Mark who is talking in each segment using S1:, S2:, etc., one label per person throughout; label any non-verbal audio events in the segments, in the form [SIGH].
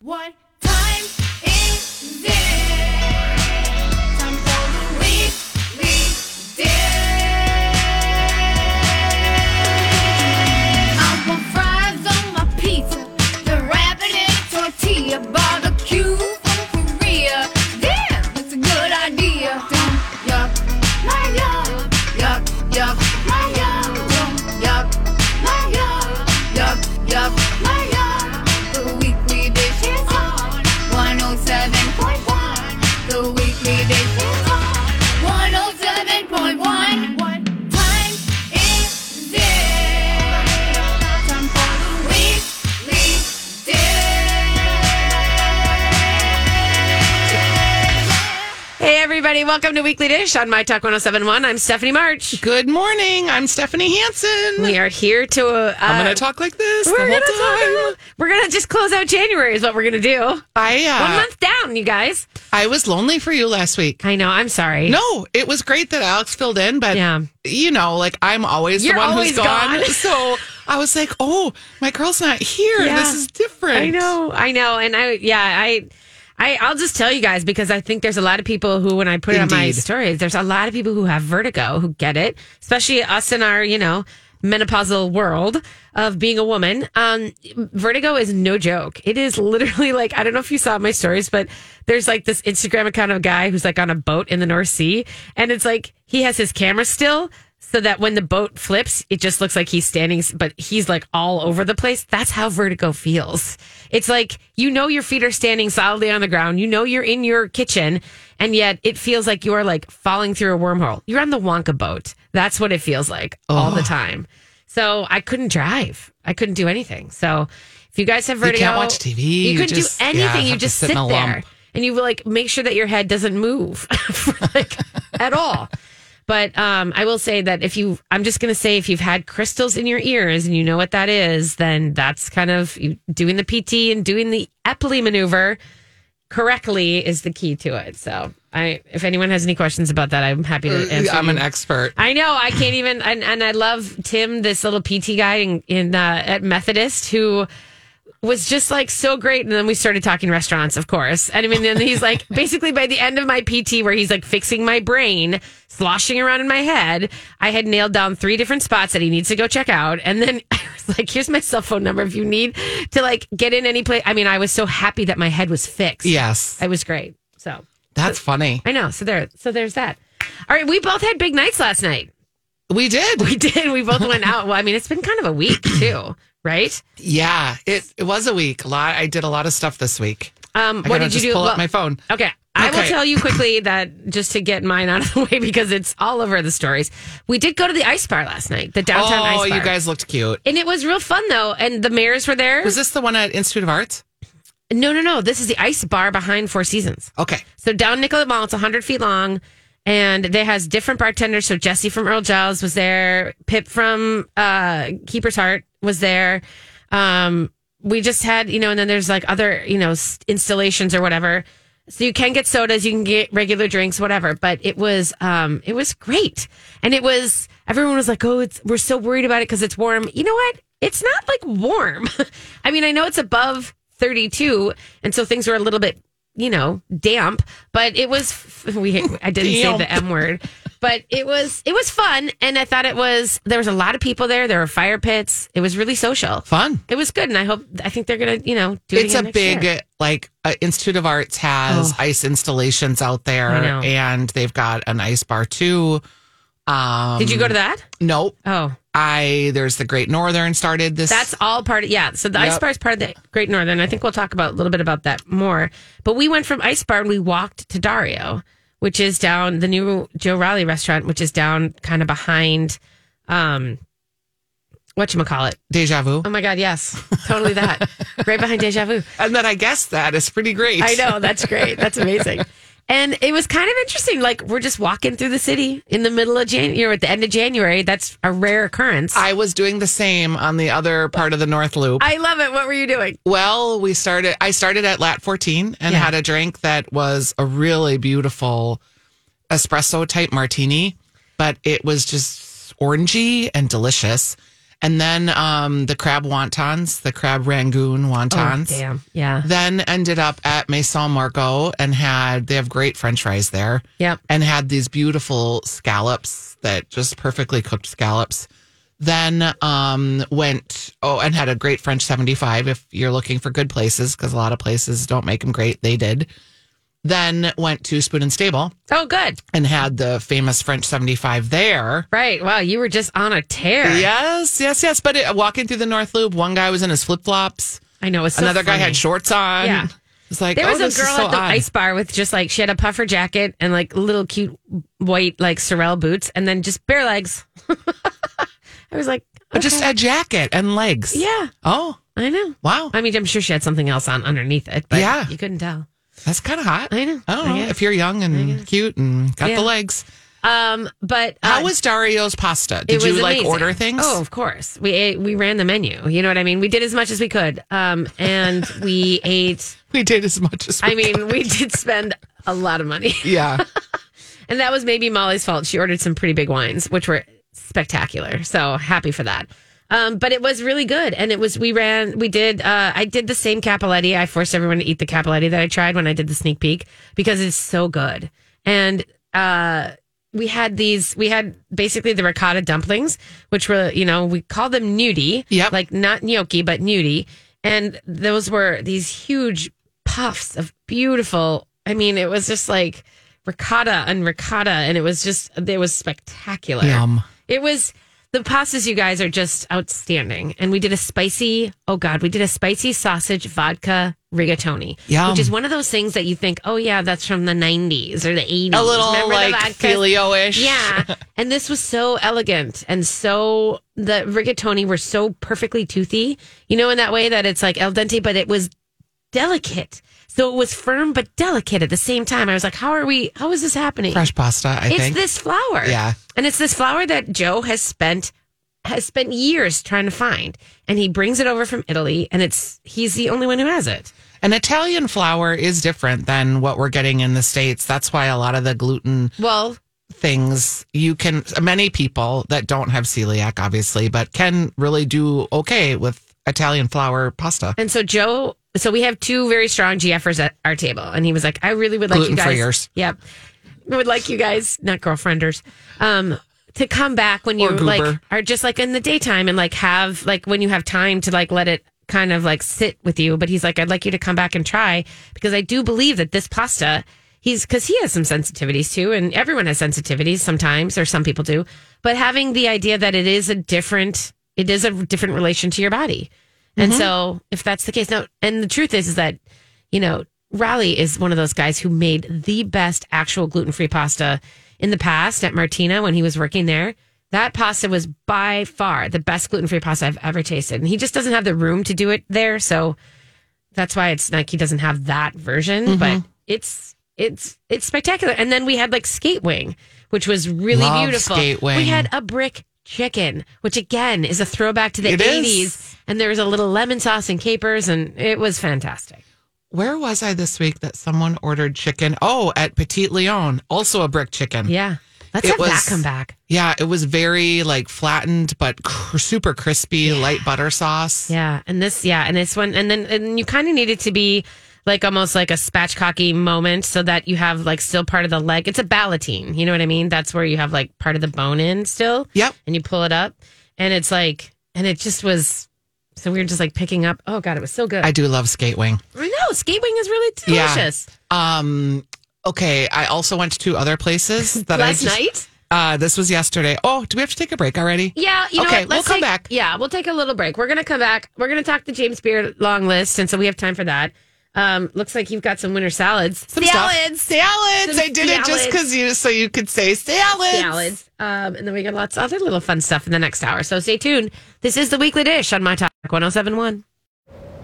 S1: What time is it? Time for the weekly dish. I want fries on my pizza, the rabbit and tortilla, barbecue from Korea. Damn, that's a good idea. Yum, yuck, my yum, yuck, yuck, my yum, yum, yuck, my yum, yuck, yuck, my yum. The weekly dish is on 107.1. The weekly dish is on 107.1. What time is it? Time for the weekly dish.
S2: Hey, everybody, welcome to Weekly Dish on My Talk 1071. I'm Stephanie March.
S3: Good morning. I'm Stephanie Hansen.
S2: We are here to. Uh,
S3: I'm going to talk like this the
S2: We're
S3: whole
S2: gonna,
S3: time.
S2: talk about- we're gonna just close out January, is what we're gonna do.
S3: I uh,
S2: One month down, you guys.
S3: I was lonely for you last week.
S2: I know, I'm sorry.
S3: No, it was great that Alex filled in, but
S2: Yeah.
S3: you know, like I'm always
S2: You're
S3: the one
S2: always
S3: who's
S2: [LAUGHS]
S3: gone.
S2: gone.
S3: so I was like, oh, my girl's not here.
S2: Yeah.
S3: This is different.
S2: I know, I know. And I, yeah, I. I, I'll just tell you guys because I think there's a lot of people who, when I put it on my
S3: Indeed.
S2: stories, there's a lot of people who have vertigo who get it, especially us in our, you know, menopausal world of being a woman. Um, vertigo is no joke. It is literally like, I don't know if you saw my stories, but there's like this Instagram account of a guy who's like on a boat in the North Sea. And it's like he has his camera still so that when the boat flips, it just looks like he's standing, but he's like all over the place. That's how vertigo feels. It's like you know your feet are standing solidly on the ground, you know you're in your kitchen, and yet it feels like you are like falling through a wormhole. You're on the Wonka boat. That's what it feels like all the time. So I couldn't drive. I couldn't do anything. So if you guys have vertigo,
S3: can't watch TV.
S2: You,
S3: You
S2: couldn't
S3: just-
S2: do
S3: yeah,
S2: anything. you
S3: have to
S2: just sit,
S3: sit in a
S2: there
S3: lump.
S2: and you like make sure that your head doesn't move [LAUGHS] for, like at all. But um, I will say that if you, I'm just going to say if you've had crystals in your ears and you know what that is, then that's kind of you, doing the PT and doing the Epley maneuver correctly is the key to it. So I, if anyone has any questions about that, I'm happy to answer.
S3: Uh, I'm
S2: you.
S3: an expert.
S2: I know I can't even, and, and I love Tim, this little PT guy in, in uh, at Methodist who was just like so great. And then we started talking restaurants, of course. And I mean, then he's like, basically by the end of my PT, where he's like fixing my brain, sloshing around in my head, I had nailed down three different spots that he needs to go check out. And then [LAUGHS] I was like, here's my cell phone number if you need to like get in any place. I mean, I was so happy that my head was fixed.
S3: Yes.
S2: it was great. So
S3: That's funny.
S2: I know. So there, so there's that. All right. We both had big nights last night.
S3: We
S2: [LAUGHS]
S3: did.
S2: We did. We both went out. Well, I mean, it's been kind of a week too, right?
S3: yeah. It it was a week. A lot I did a lot of stuff this week.
S2: Um,
S3: I
S2: what
S3: gotta
S2: did you
S3: just
S2: do?
S3: pull
S2: Well,
S3: up my phone.
S2: Okay. I will
S3: Okay.
S2: tell you quickly that just to get mine out of the [LAUGHS] way because it's all over the stories. We did go to the ice bar last night, the downtown
S3: oh,
S2: ice bar.
S3: you guys looked cute.
S2: and it was real fun though. And the mayors were there.
S3: Was this the one at Institute of Arts?
S2: no, no, no. This is the ice bar behind Four Seasons.
S3: Okay.
S2: So down Nicollet Mall, it's 100 feet long, and they has different bartenders. So Jesse from Earl Giles was there. Pip from uh, Keeper's Heart was there. Um, we just had, you know, and then there's like other, you know, s- installations or whatever. So you can get sodas, you can get regular drinks, whatever. But it was, um, it was great, and it was everyone was like, oh, it's we're so worried about it because it's warm. You know what? It's not [LAUGHS] like warm. I mean, I know it's above 32, and so things were a little bit you know, damp, but it was [LAUGHS] we I didn't say the M word, but it was it was fun and I thought it was there was a lot of people there, there were fire pits. It was really social.
S3: Fun.
S2: It was good and I hope I think they're going to, you know, do it
S3: it's
S2: again
S3: a
S2: next
S3: big
S2: year.
S3: like uh, Institute of Arts has
S2: Oh.
S3: ice installations out there,
S2: I know.
S3: and they've got an ice bar too. Um,
S2: Did you go to that?
S3: Nope.
S2: Oh,
S3: I there's the Great Northern started this.
S2: that's all part of yeah. So the ice
S3: Yep.
S2: bar is part of the Great Northern. I think we'll talk about a little bit about that more. But we went from ice bar and we walked to Dario, which is down the new Joe Raleigh restaurant, which is down kind of behind um what you call it?
S3: deja vu,
S2: Oh my god, yes. Totally that. right behind Deja Vu.
S3: and then I guess that is pretty great.
S2: I know, that's great. That's amazing. And it was kind of interesting. Like we're just walking through the city in the middle of January, at the end of January. That's a rare occurrence. I,
S3: I was doing the same on the other part of the North Loop.
S2: love it. What were you doing?
S3: Well, we started. I started at Lat 14 and
S2: Yeah.
S3: had a drink that was a really beautiful espresso type martini, but it was just orangey and delicious. And then um, the crab wontons, the crab rangoon wontons.
S2: Oh, Damn. Yeah.
S3: Then ended up at Maison Margot and had they have great French fries there.
S2: Yep.
S3: And had these beautiful scallops that just perfectly cooked scallops. Then um went oh and had a great French 75 if you're looking for good places because a lot of places don't make them great. They did. Then went to Spoon and Stable
S2: Oh, good.
S3: and had the famous French 75 there.
S2: Right. Wow. You were just on a tear.
S3: Yes, yes, yes. But it, walking through the North Loop, one guy was in his flip flops.
S2: I know. It's so
S3: Another guy
S2: funny.
S3: had shorts on.
S2: Yeah.
S3: It's like,
S2: There
S3: oh,
S2: was a
S3: this is
S2: girl
S3: so
S2: at the
S3: odd.
S2: ice bar with just like she had a puffer jacket and like little cute white like sorrel boots and then just bare legs. [LAUGHS] I was like,
S3: But just
S2: okay.
S3: a jacket and legs.
S2: yeah,
S3: Oh,
S2: I know.
S3: wow.
S2: I mean, I'm sure she had something else on underneath it, but
S3: Yeah.
S2: you couldn't tell.
S3: That's kind of hot.
S2: I know.
S3: I don't
S2: I
S3: know.
S2: guess.
S3: if you're young and cute and got
S2: Yeah.
S3: the legs.
S2: Um, but uh,
S3: How was Dario's pasta?
S2: it
S3: Did you
S2: was
S3: like
S2: amazing.
S3: order things?
S2: Oh, of course. We ate, we ran the menu. You know what I mean? We did as much as we could. Um, and we ate.
S3: we did as much as we
S2: I
S3: could.
S2: mean, we did spend a lot of money.
S3: [LAUGHS]
S2: [LAUGHS]
S3: yeah.
S2: And that was maybe Molly's fault. She ordered some pretty big wines, which were spectacular. So happy for that. Um, but it was really good. And it was, we ran, we did, uh, I did the same Capoletti. I forced everyone to eat the Capoletti that I tried when I did the sneak peek because it's so good. And, uh, we had these, we had basically the ricotta dumplings, which were, you know, we call them nudie.
S3: Yep.
S2: Like not gnocchi, but nudie. And those were these huge puffs of beautiful, I mean, it was just like, ricotta and ricotta and it was just it was spectacular
S3: Yum.
S2: it was the pastas you guys are just outstanding and we did a spicy oh god we did a spicy sausage vodka rigatoni
S3: Yum.
S2: which is one of those things that you think oh yeah that's from the 90s or the 80s
S3: A little
S2: Remember the
S3: like
S2: vodka?
S3: filio-ish. [LAUGHS]
S2: yeah and this was so elegant and so the rigatoni were so perfectly toothy you know in that way that it's like el dente but it was delicate so it was firm but delicate at the same time i was like how are we how is this happening
S3: Fresh pasta, I
S2: it's
S3: think.
S2: this flower.
S3: Yeah.
S2: And it's this flower that Joe has spent has spent years trying to find. And he brings it over from Italy and it's he's the only one who has it.
S3: An Italian flour is different than what we're getting in the States. That's why a lot of the gluten
S2: Well,
S3: things you can many people that don't have celiac obviously but can really do okay with italian flour pasta
S2: and so Joe so we have two very strong GFers at our table. And he was like, I really would like you guys.
S3: Gluten-free yours.
S2: Yep. I would like you guys, not girlfrienders, um, to come back when you
S3: Or
S2: like
S3: goober.
S2: are just like in the daytime and like have like when you have time to like let it kind of like sit with you. But he's like, I'd like you to come back and try because I do believe that this pasta, he's because he has some sensitivities too, and everyone has sensitivities sometimes, or some people do. But having the idea that it is a different, it is a different relation to your body. And
S3: Mm-hmm.
S2: so if that's the case, now, and the truth is, is that, you know, Raleigh is one of those guys who made the best actual gluten free pasta in the past at Martina when he was working there. That pasta was by far the best gluten free pasta I've ever tasted. And he just doesn't have the room to do it there. So that's why it's like he doesn't have that version,
S3: Mm-hmm.
S2: but it's. It's it's spectacular, and then we had like skate wing, which was really
S3: Love
S2: beautiful.
S3: skate wing.
S2: We had a brick chicken, which again is a throwback to the
S3: It is.
S2: eighties and there was a little lemon sauce and capers, and it was fantastic.
S3: where was i this week that someone ordered chicken oh at petit leon also a brick chicken
S2: Yeah, let's
S3: It
S2: have that
S3: was-
S2: come back.
S3: Yeah, it was very like flattened but cr- super crispy light butter sauce
S2: Yeah, and this, yeah, and this one, and then and you kind of needed to be like almost like a spatchcocky moment so that you have like still part of the leg. It's a ballotine. You know what I mean? That's where you have like part of the bone in still.
S3: Yep.
S2: And you pull it up and it's like, and it just was, so we were just like picking up. Oh God, it was so good.
S3: I do love skate wing.
S2: I know. Skate wing is really
S3: Yeah.
S2: delicious.
S3: Um, okay. I also went to two other
S2: [LAUGHS]
S3: places that
S2: Last
S3: I just,
S2: night?
S3: Uh, this was yesterday. Oh, do we have to take a break already?
S2: Yeah, you know
S3: Okay,
S2: what? Let's
S3: we'll come
S2: take-
S3: back.
S2: Yeah, we'll take a little break. We're gonna come back. We're gonna talk the James Beard long list, and so we have time for that. Um, looks like you've got some winter salads.
S3: Some stuff. Salads.
S2: Some
S3: I did it just
S2: salads.
S3: because you, so you could say salads.
S2: salads. Um, and then we got lots of other little fun stuff in the next hour. So stay tuned. This is the weekly dish on my talk 1071.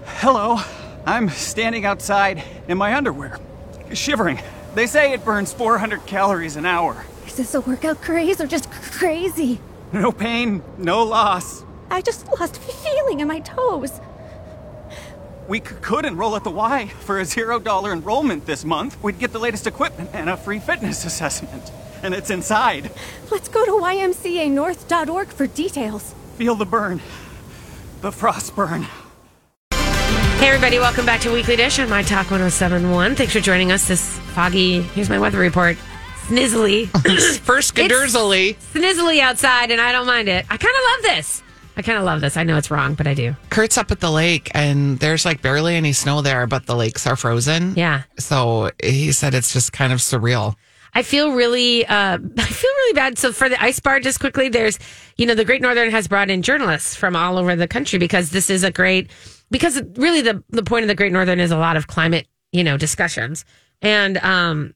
S4: Hello. I'm standing outside in my underwear, shivering. They say it burns 400 calories an hour.
S5: Is this a workout craze or just c- crazy?
S4: No pain, no loss.
S5: I just lost feeling in my toes.
S4: We c- could enroll at the Y for a zero dollar enrollment this month. We'd get the latest equipment and a free fitness assessment. And it's inside.
S5: Let's go to ymcanorth.org for details.
S4: Feel the burn, the frost burn.
S2: Hey everybody, welcome back to Weekly Dish on my talk 1071. Thanks for joining us this foggy. Here's my weather report.
S3: [LAUGHS]
S2: Snizzly. [COUGHS]
S3: First, Gadurzali.
S2: Snizzly outside, and I don't mind it. I kind of love this. I kind of love this. I know it's wrong, but I do.
S3: Kurt's up at the lake, and there's like barely any snow there, but the lakes are frozen.
S2: Yeah.
S3: So he said it's just kind of surreal.
S2: I feel really, uh, [LAUGHS] I feel really bad. So for the ice bar, just quickly, there's, you know, the Great Northern has brought in journalists from all over the country because this is a great, because really the the point of the Great Northern is a lot of climate, you know, discussions, and um,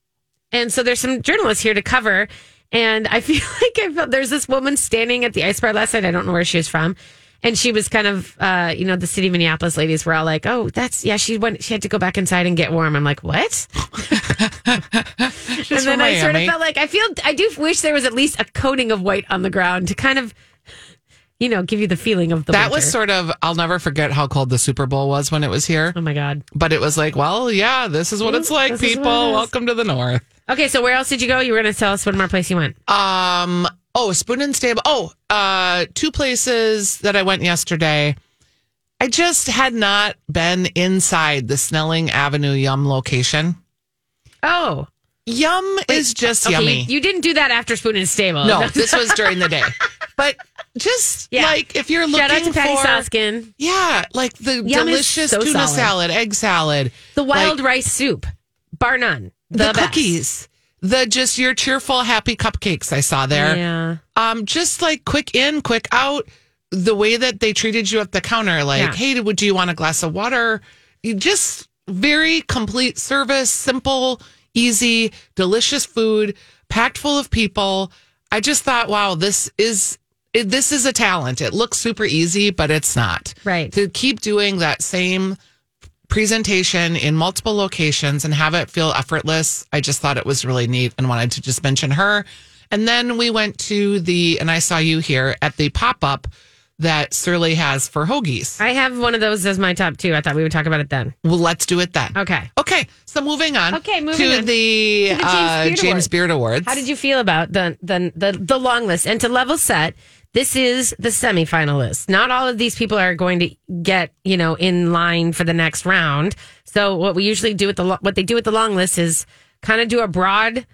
S2: and so there's some journalists here to cover, and I [LAUGHS] feel like I felt there's this woman standing at the ice bar last night. I don't know where she was from. And she was kind of, uh, you know, the city of Minneapolis ladies were all like, "Oh, that's yeah." She went. She had to go back inside and get warm. I'm like, "What?"
S3: She's
S2: and then
S3: from
S2: I sort of
S3: Miami.
S2: felt like I feel I do wish there was at least a coating of white on the ground to kind of, you know, give you the feeling of the.
S3: that
S2: winter.
S3: was sort of, I'll never forget how cold the Super Bowl was when it was here,
S2: Oh my god.
S3: but it was like, well, yeah, this is what it's like,
S2: Mm, This is
S3: people.
S2: what it is.
S3: Welcome to the North.
S2: Okay, so where else did you go? You were going to tell us one more place you went.
S3: Um. Oh, Spoon and Stable. Oh, uh, two places that I went yesterday. I just had not been inside the Snelling Avenue Yum location.
S2: Oh,
S3: Yum is just
S2: okay,
S3: yummy.
S2: You, you didn't do that after Spoon and Stable. [LAUGHS]
S3: no, this was during the day. But just
S2: Yeah.
S3: like if you're looking
S2: Shout out to Patty
S3: for,
S2: Soskin.
S3: yeah, like the
S2: is
S3: delicious
S2: so
S3: tuna
S2: solid.
S3: salad, egg salad,
S2: The wild
S3: like,
S2: rice soup, bar none. The,
S3: the,
S2: best.
S3: cookies, the just your cheerful happy cupcakes I saw there.
S2: Yeah.
S3: um, just like quick in, quick out. The way that they treated you at the counter, like,
S2: Yeah.
S3: hey, would you want a glass of water? You just very complete service, simple, easy, delicious food, packed full of people. I just thought, wow, this is it, this is a talent. It looks super easy, but it's not.
S2: Right.
S3: To keep doing that same presentation in multiple locations and have it feel effortless. I just thought it was really neat and wanted to just mention her. And then we went to the, and I saw you here at the pop up that Surly has for hoagies.
S2: I have one of those as my top two. I thought we would talk about it then.
S3: Well, let's do it then.
S2: Okay.
S3: Okay. So moving on.
S2: Okay, moving
S3: to
S2: on.
S3: the,
S2: To the James
S3: uh,
S2: Beard
S3: James
S2: Award.
S3: Beard Awards.
S2: How did you feel about the the the, the long list? And to level set, this is the semifinal list. Not all of these people are going to get you know in line for the next round. So what we usually do with the lo- what they do with the long list is kind of do a broad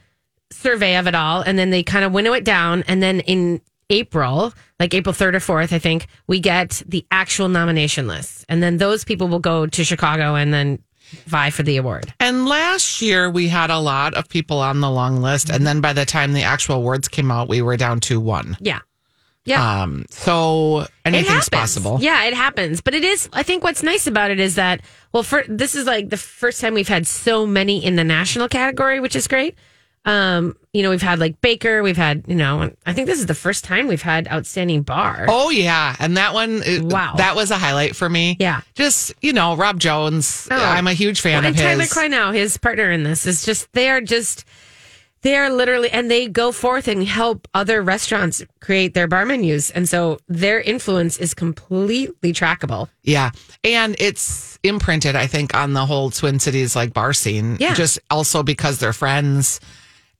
S2: survey of it all, and then they kind of winnow it down, and then in April, like April 3rd or 4th, I think, we get the actual nomination list. And then those people will go to Chicago and then vie for the award.
S3: And last year we had a lot of people on the long list. And then by the time the actual awards came out, we were down to one.
S2: Yeah. Yeah.
S3: Um, so
S2: It
S3: anything's
S2: happens.
S3: possible.
S2: Yeah, it happens. But it is, I think what's nice about it is that, well, for, this is like the first time we've had so many in the national category, which is great. Um, you know, we've had like Baker, we've had, you know, I think this is the first time we've had outstanding bar.
S3: Oh yeah, and that one, it-
S2: Wow.
S3: that was a highlight for me.
S2: Yeah.
S3: just you know, Rob Jones.
S2: Oh.
S3: I'm a huge fan
S2: and
S3: of his.
S2: Tyler Kleinow, his partner in this, is just they are just they are literally and they go forth and help other restaurants create their bar menus, and so their influence is completely trackable.
S3: Yeah, and it's imprinted, I think, on the whole Twin Cities like bar scene.
S2: Yeah.
S3: just also because they're friends,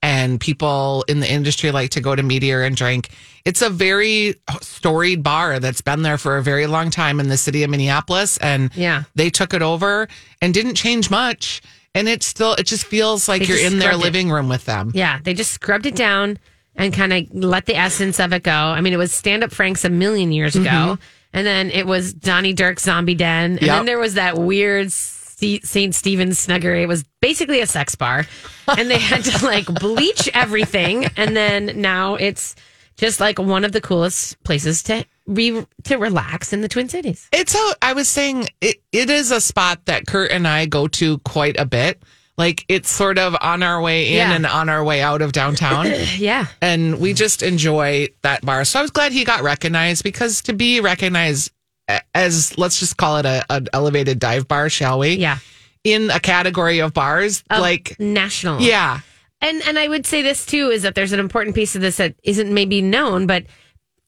S3: and people in the industry like to go to Meteor and drink. It's a very storied bar that's been there for a very long time in the city of Minneapolis. And
S2: Yeah.
S3: they took it over and didn't change much. And it's still, it just feels like
S2: They
S3: you're
S2: just
S3: in their
S2: scrubbed it.
S3: living room with them.
S2: Yeah, they just scrubbed it down and kind of let the essence of it go. I mean, it was Stand Up Franks a million years ago, and then it was Donnie Dirk's Zombie Den, and
S3: Mm-hmm. Yep.
S2: then there was that weird Ste- St. Stephen's Snuggery. It was basically a sex bar, and they had to like bleach everything, and then now it's just like one of the coolest places to re- to relax in the Twin Cities.
S3: It's a, I was saying it, it is a spot that Kurt and I go to quite a bit. Like it's sort of on our way in
S2: Yeah.
S3: and on our way out
S2: [CLEARS THROAT]
S3: of downtown.
S2: Yeah,
S3: and we just enjoy that bar. So I was glad he got recognized because to be recognized a- as let's just call it a an elevated dive bar, shall we?
S2: yeah,
S3: In a category of bars, like
S2: national.
S3: yeah,
S2: and and I would say this too is that there's an important piece of this that isn't maybe known, but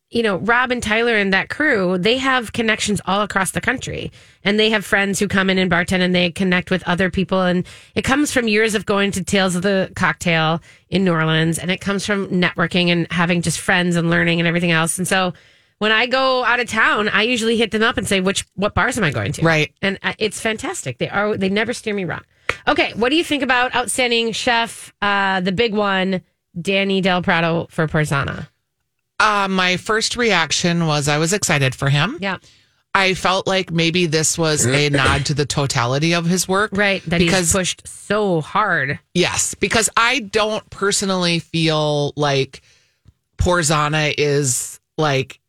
S2: you know, Rob and Tyler and that crew, they have connections all across the country. And they have friends who come in and bartend and they connect with other people. And it comes from years of going to Tales of the Cocktail in New Orleans. And it comes from networking and having just friends and learning and everything else. And so when I go out of town, I usually hit them up and say, which, what bars am I going to?
S3: Right.
S2: And uh, it's fantastic. They are, they never steer me wrong. Okay. What do you think about outstanding chef, uh, the big one, Danny Del Prado for Persona?
S3: uh, my first reaction was I was excited for him.
S2: Yeah.
S3: I felt like maybe this was a nod to the totality of his work,
S2: Right, that
S3: because
S2: he's pushed so hard.
S3: Yes, because I don't personally feel like Porzana is like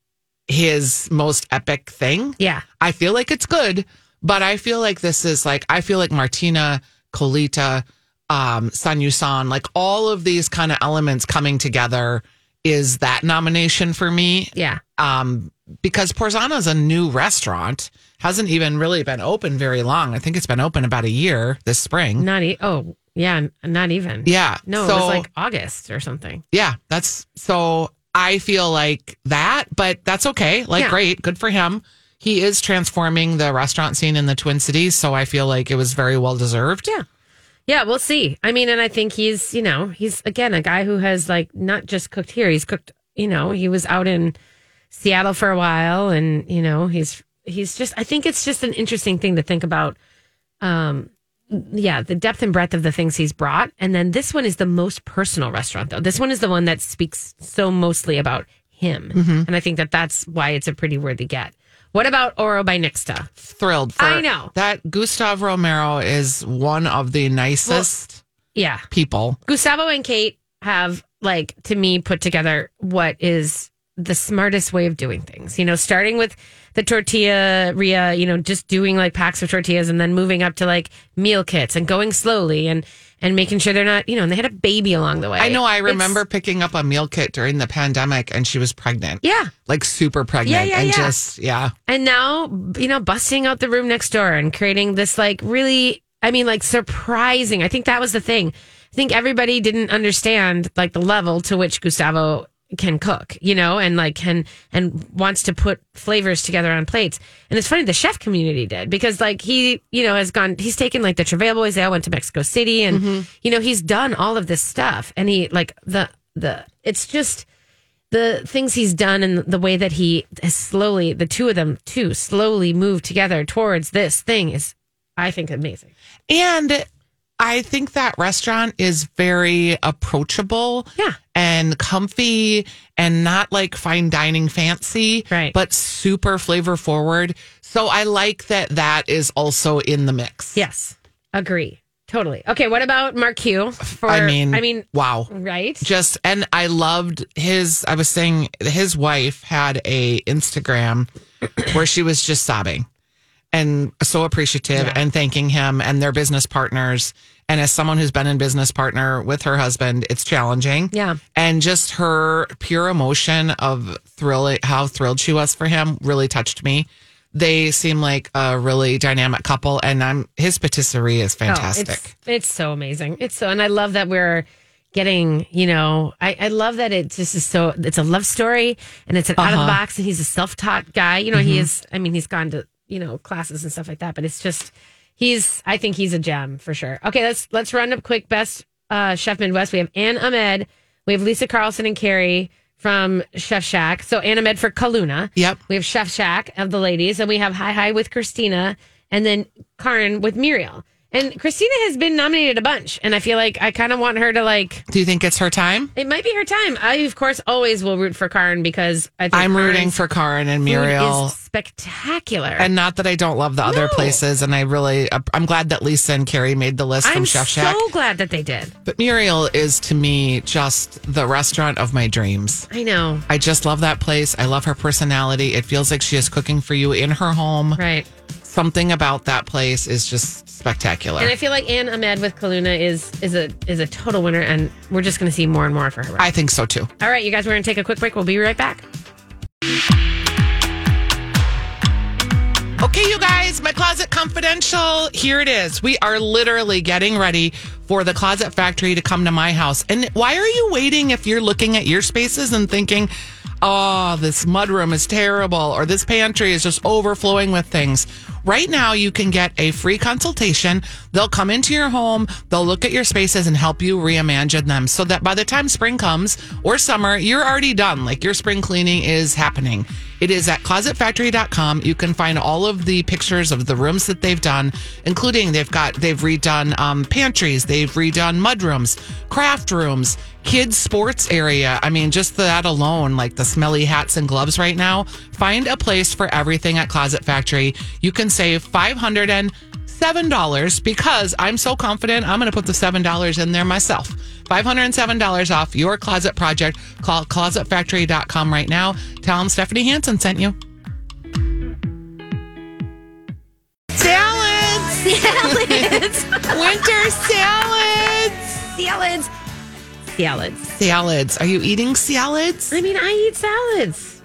S3: his most epic thing.
S2: Yeah.
S3: I feel like it's good, but I feel like this is like I feel like Martina, Colita, um, Sanyusan, like all of these kind of elements coming together is that nomination for me.
S2: Yeah.
S3: Um, because Porzana's a new restaurant, hasn't even really been open very long. I think it's been open about a year this spring.
S2: Not e- oh, yeah, n- not even.
S3: Yeah.
S2: No,
S3: so,
S2: it was like August or something.
S3: yeah, that's so I feel like that, but that's okay. Like,
S2: Yeah.
S3: great, good for him. He is transforming the restaurant scene in the Twin Cities, so I feel like it was very well deserved.
S2: Yeah. Yeah, we'll see. I mean, and I think he's, you know, he's again a guy who has like not just cooked here, he's cooked, you know, he was out in Seattle for a while and, you know, he's he's just I think it's just an interesting thing to think about um yeah, the depth and breadth of the things he's brought. And then this one is the most personal restaurant though. This one is the one that speaks so mostly about him. And I think that that's why it's a pretty worthy get. What about Oro by Nixta?
S3: Thrilled. For,
S2: I know.
S3: that Gustav Romero is one of the nicest
S2: Yeah.
S3: people.
S2: Gustavo and Kate have like to me put together what is the smartest way of doing things. You know, starting with the tortilla ria, you know, just doing like packs of tortillas and then moving up to like meal kits and going slowly and and making sure they're not, you know, and they had a baby along the way.
S3: I know. I
S2: It's-
S3: remember picking up a meal kit during the pandemic, and she was pregnant.
S2: yeah.
S3: like super pregnant,
S2: Yeah, yeah,
S3: and
S2: yeah.
S3: just yeah.
S2: And now, you know, busting out the room next door and creating this like really, I mean, like surprising. I think that was the thing. I think everybody didn't understand like the level to which Gustavo can cook, you know, and like can and wants to put flavors together on plates. And it's funny the chef community did because like he, you know, has gone he's taken like the Travail boys, they all went to Mexico City and you know, he's done all of this stuff and he like the the it's just the things he's done and the way that he has slowly, the two of them too, slowly moved together towards this thing is, I think, amazing.
S3: And I think that restaurant is very approachable.
S2: Yeah.
S3: And comfy and not like fine dining fancy,
S2: Right.
S3: but super flavor forward. So I like that that is also in the mix.
S2: Yes, agree totally. Okay, what about Mark Hugh? For
S3: I mean,
S2: I mean,
S3: wow.
S2: right?
S3: Just and I loved his I was saying his wife had a
S2: [CLEARS THROAT]
S3: Instagram where she was just sobbing and so appreciative and thanking him and their business partners and as someone who's been in business partner with her husband it's challenging.
S2: Yeah.
S3: And just her pure emotion of thrill how thrilled she was for him really touched me. They seem like a really dynamic couple and I'm his patisserie is
S2: Oh,
S3: fantastic.
S2: it's, it's so amazing. It's so, and I love that we're getting, you know, I, I love that it just is so, it's a love story and it's an out of the box and he's a self taught guy. You know, he is, I mean, he's gone to, you know, classes and stuff like that, but it's just, he's, I think he's a gem for sure. Okay. Let's, let's run up quick best uh, Chef Midwest. We have Ann Ahmed. We have Lisa Carlson and Carrie from Chef Shack. So Ann Ahmed for Kaluna.
S3: Yep.
S2: We have Chef Shack of the ladies, and we have Hi Hi with Christina, and then Karn with Muriel. And Christina has been nominated a bunch, and I feel like I kind of want her to like.
S3: Do you think it's her time?
S2: It might be her time. I, of course, always will root for Karn because I think
S3: I'm rooting
S2: Karn's
S3: for Karin and
S2: food
S3: Muriel.
S2: Is spectacular.
S3: And not that I don't love the other
S2: No.
S3: places, and I really, I'm glad that Lisa and Carrie made the list
S2: I'm
S3: from Chef
S2: so
S3: Shack.
S2: glad that they did.
S3: But Muriel is to me just the restaurant of my dreams.
S2: I know,
S3: I just love that place. I love her personality. It feels like she is cooking for you in her home.
S2: right?
S3: Something about that place is just spectacular.
S2: And I feel like Anne Ahmed with Kaluna is is a is a total winner, and we're just going to see more and more for her.
S3: I think so too.
S2: All right, you guys, we're going to take a quick break. We'll be right back.
S3: Okay, you guys, my closet confidential. Here it is. We are literally getting ready for the closet factory to come to my house. And why are you waiting if you're looking at your spaces and thinking, oh, this mudroom is terrible or this pantry is just overflowing with things? Right now, you can get a free consultation. They'll come into your home, they'll look at your spaces and help you reimagine them so that by the time spring comes or summer, you're already done. Like your spring cleaning is happening. It is at closetfactory.com. You can find all of the pictures of the rooms that they've done, including they've got, they've redone um, pantries, they've redone mudrooms, craft rooms, kids' sports area. I mean, just that alone, like the smelly hats and gloves right now. Find a place for everything at Closet Factory. You can save 500 and seven dollars because I'm so confident I'm going to put the seven dollars in there myself. Five hundred and seven dollars off your closet project. Call closetfactory.com right now. Tell them Stephanie Hansen sent you. Salads,
S1: Salads.
S3: [LAUGHS] winter salads,
S1: Salads.
S2: Salads.
S3: salads. Are you eating salads?
S2: I mean, I eat salads.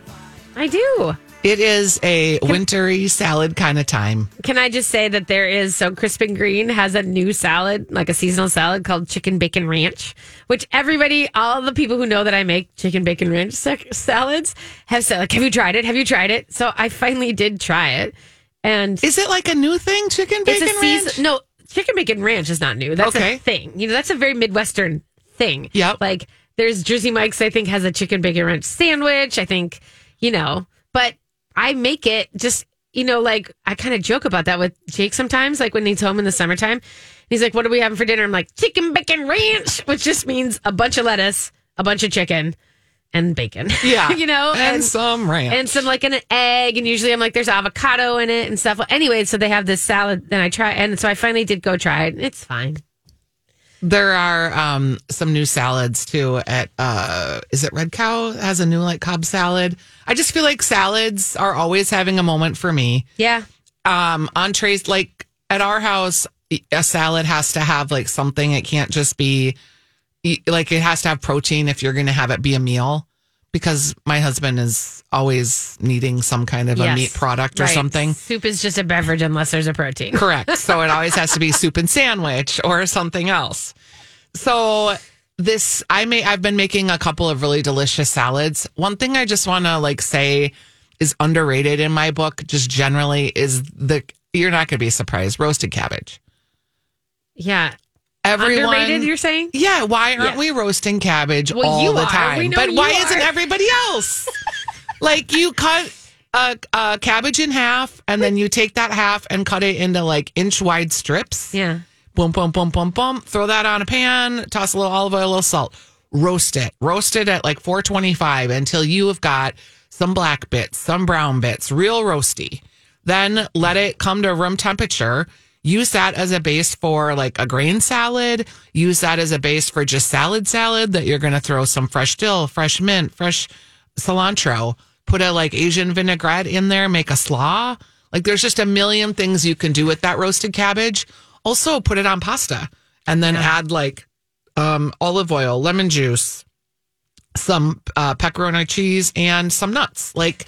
S2: I do.
S3: It is a wintry salad kind of time.
S2: Can I just say that there is so Crispin Green has a new salad, like a seasonal salad called Chicken Bacon Ranch, which everybody, all the people who know that I make Chicken Bacon Ranch sac- salads, have said, like, "Have you tried it? Have you tried it?" So I finally did try it, and
S3: Is it like a new thing? Chicken bacon
S2: it's a
S3: ranch?
S2: [LAUGHS] season. No, chicken bacon ranch is not new. That's
S3: Okay.
S2: a thing. You know, that's a very Midwestern thing.
S3: Yep.
S2: Like there's Jersey Mike's. I think has a chicken bacon ranch sandwich. I think you know, but I make it just you know like I kind of joke about that with Jake sometimes. Like when he's home in the summertime, he's like, "What are we having for dinner?" I'm like, "Chicken bacon ranch," which just means a bunch of lettuce, a bunch of chicken, and bacon. [LAUGHS]
S3: Yeah,
S2: you know,
S3: and, some ranch.
S2: and some like an egg and usually i'm like there's avocado in it and stuff well, anyway so they have this salad then i try and so i finally did go try it and it's fine
S3: There are um, some new salads too. At uh, is it Red Cow has a new like Cobb salad? I just feel like salads are always having a moment for me.
S2: yeah
S3: Um, entrees like at our house, a salad has to have like something. It can't just be like it has to have protein if you're going to have it be a meal. Because my husband is always needing some kind of a
S2: Yes.
S3: meat product or
S2: Right.
S3: something.
S2: soup is just a beverage unless there's a protein
S3: Correct. So it always has to be soup and sandwich or something else. So this I may I've been making a couple of really delicious salads. One thing I just want to like say is underrated in my book just generally is the you're not going to be surprised roasted cabbage.
S2: [LAUGHS] yeah
S3: Everyone
S2: underrated you're saying
S3: Yeah, why aren't
S2: Yeah.
S3: we roasting cabbage
S2: Well,
S3: all
S2: you
S3: the
S2: are.
S3: time?
S2: We know
S3: but
S2: you
S3: why
S2: are.
S3: isn't everybody
S2: [LAUGHS]
S3: else? like you cut a, a cabbage in half and then you take that half and cut it into like inch wide strips.
S2: yeah
S3: Boom, boom, boom, boom, boom. Throw that on a pan, toss a little olive oil, a little salt. Roast it. Roast it at like 425 until you have got some black bits, some brown bits, real roasty. Then let it come to room temperature. Use that as a base for like a grain salad. Use that as a base for just salad salad that you're going to throw some fresh dill, fresh mint, fresh cilantro. Put a like Asian vinaigrette in there, make a slaw. Like there's just a million things you can do with that roasted cabbage. Also put it on pasta and then add like um, olive oil, lemon juice, some uh, pepperoni cheese, and some nuts. Like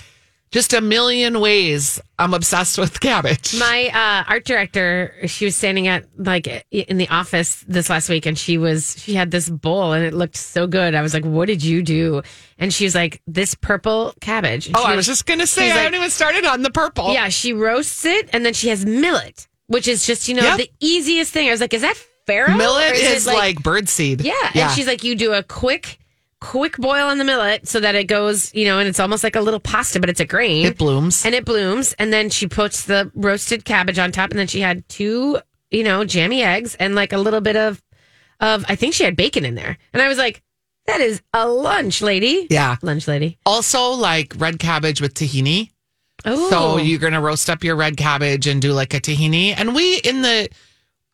S3: just a million ways. I'm obsessed with cabbage.
S2: my uh, art director she was standing at like i- in the office this last week and she was she had this bowl and it looked so good i was like what did you do and she was like this purple cabbage And
S3: oh,
S2: she
S3: I was just gonna say
S2: she's
S3: I
S2: like-
S3: haven't even started on the purple.
S2: Yeah, she roasts it and then she has millet, which is just, you know,
S3: Yep.
S2: the easiest thing. I was like, is that farro?
S3: Millet
S2: Or
S3: is,
S2: it
S3: like, birdseed.
S2: yeah.
S3: yeah.
S2: And she's like, you do a quick, quick boil on the millet so that it goes, you know, and it's almost like a little pasta, but it's a grain.
S3: it blooms.
S2: and it blooms. And then she puts the roasted cabbage on top. And then she had two, you know, jammy eggs and like a little bit of, of I think she had bacon in there. And I was like, that is a lunch, lady.
S3: yeah.
S2: Lunch, lady.
S3: Also, like red cabbage with tahini.
S2: Oh,
S3: So you're gonna roast up your red cabbage and do like a tahini. And we in the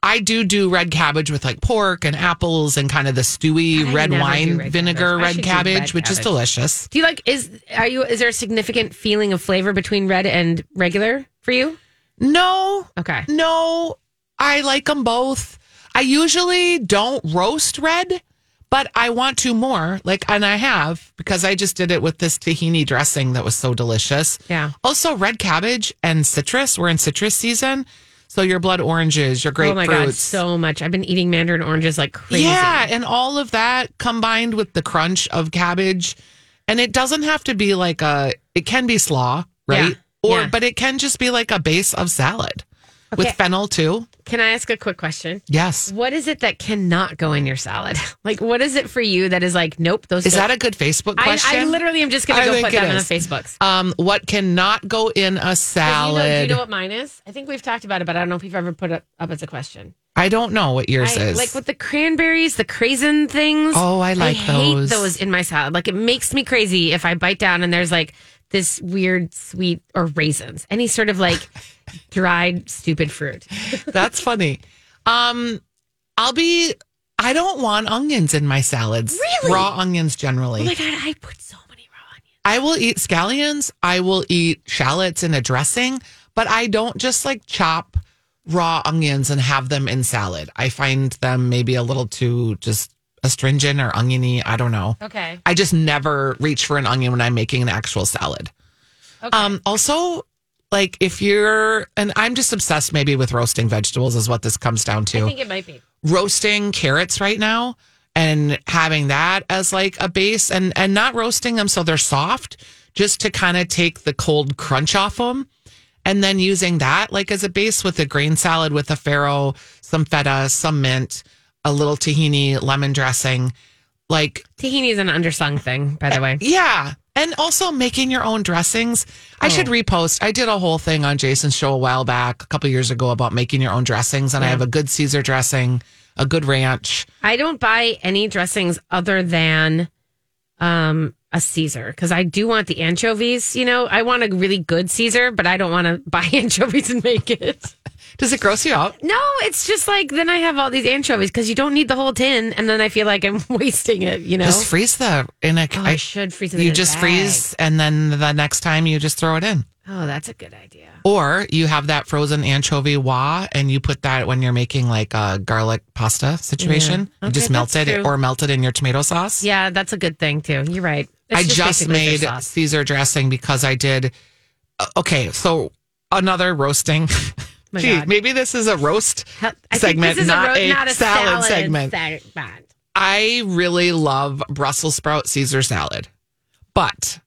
S3: I do do red cabbage with like pork and apples and kind of the stewy
S2: I
S3: red
S2: never do
S3: wine
S2: red
S3: vinegar
S2: cabbage. I should
S3: red
S2: do
S3: cabbage,
S2: red
S3: which is
S2: cabbage.
S3: delicious.
S2: do you like? Is are you? Is there a significant feeling of flavor between red and regular for you?
S3: No,
S2: Okay.
S3: no, I like them both. I usually don't roast red, but I want to more. Like, and I have because I just did it with this tahini dressing that was so delicious.
S2: Yeah.
S3: Also, red cabbage and citrus. We're in citrus season, so your blood oranges, your grapefruits.
S2: Oh my god, so much! I've been eating mandarin oranges like crazy.
S3: Yeah, and all of that combined with the crunch of cabbage. And it doesn't have to be like a it can be slaw, right?
S2: Yeah,
S3: Or
S2: yeah.
S3: but it can just be like a base of salad. With
S2: Okay.
S3: fennel too.
S2: Can I ask a quick question?
S3: Yes.
S2: What is it that cannot go in your salad? [LAUGHS] Like, what is it for you that is like, nope, those
S3: Is
S2: don't-
S3: that a good Facebook
S2: I,
S3: question?
S2: I literally am just going
S3: I
S2: to go
S3: think
S2: put
S3: it
S2: that on the
S3: is.
S2: Facebooks.
S3: um what cannot go in a
S2: 'Cause You know, do
S3: salad?
S2: you know what mine is? I think we've talked about it, but I don't know if you've ever put it up as a question.
S3: I don't know what yours
S2: I,
S3: is.
S2: like with the cranberries, the craisin things.
S3: Oh, I like
S2: hate
S3: those.
S2: those in my salad. Like it makes me crazy if I bite down and there's like this weird sweet or raisins, any sort of
S3: [LAUGHS]
S2: like dried stupid fruit. Oh
S3: That's funny. Um I'll be I don't want onions in my salads.
S2: Really?
S3: Raw onions generally.
S2: Oh my god, I put so many raw onions.
S3: I will eat scallions. I will eat shallots in a dressing, but I don't just like chop raw onions and have them in salad. I find them maybe a little too just astringent or oniony. I don't know.
S2: Okay.
S3: I just never reach for an onion when I'm making an actual salad.
S2: Okay.
S3: Um, also, like if you're, and I'm just obsessed maybe with roasting vegetables is what this comes down to
S2: I think it might be.
S3: roasting carrots right now and having that as like a base and and not roasting them so they're soft just to kind of take the cold crunch off them and then using that like as a base with a grain salad with a farro some feta some mint a little tahini lemon dressing like
S2: Tahini is an undersung thing, by the way.
S3: [LAUGHS] yeah. And also making your own dressings. I should
S2: Oh.
S3: repost. I did a whole thing on Jason's show a while back, a couple years ago, about making your own dressings. And I have a good Caesar dressing, a good ranch.
S2: I don't buy any dressings other than um a Caesar because I do want the anchovies. You know, I want a really good Caesar, but I don't want to [LAUGHS] buy anchovies and make it.
S3: Does it gross you out?
S2: No, it's just like then I have all these anchovies because you don't need the whole tin, and then I feel like I'm [LAUGHS] wasting it. You know,
S3: Just freeze the in a.
S2: oh, I,
S3: I-
S2: should freeze it. in
S3: you
S2: a
S3: just
S2: bag.
S3: freeze, and then the next time you just throw it in,
S2: Oh, that's a good idea.
S3: or you have that frozen anchovy wah, and you put that when you're making like a garlic pasta situation.
S2: Yeah.
S3: you
S2: Okay,
S3: just melt
S2: that's
S3: it,
S2: true.
S3: or melt it in your tomato sauce.
S2: Yeah, that's a good thing too. You're right. It's
S3: I just
S2: basically their
S3: made
S2: sauce.
S3: Caesar dressing because I did. uh, Okay, so another roasting.
S2: My
S3: Gee,
S2: God.
S3: maybe this is a roast
S2: Hel- I think
S3: segment,
S2: this is
S3: not,
S2: ro-
S3: a
S2: not
S3: salad, segment.
S2: segment.
S3: I really love Brussels sprout Caesar salad, but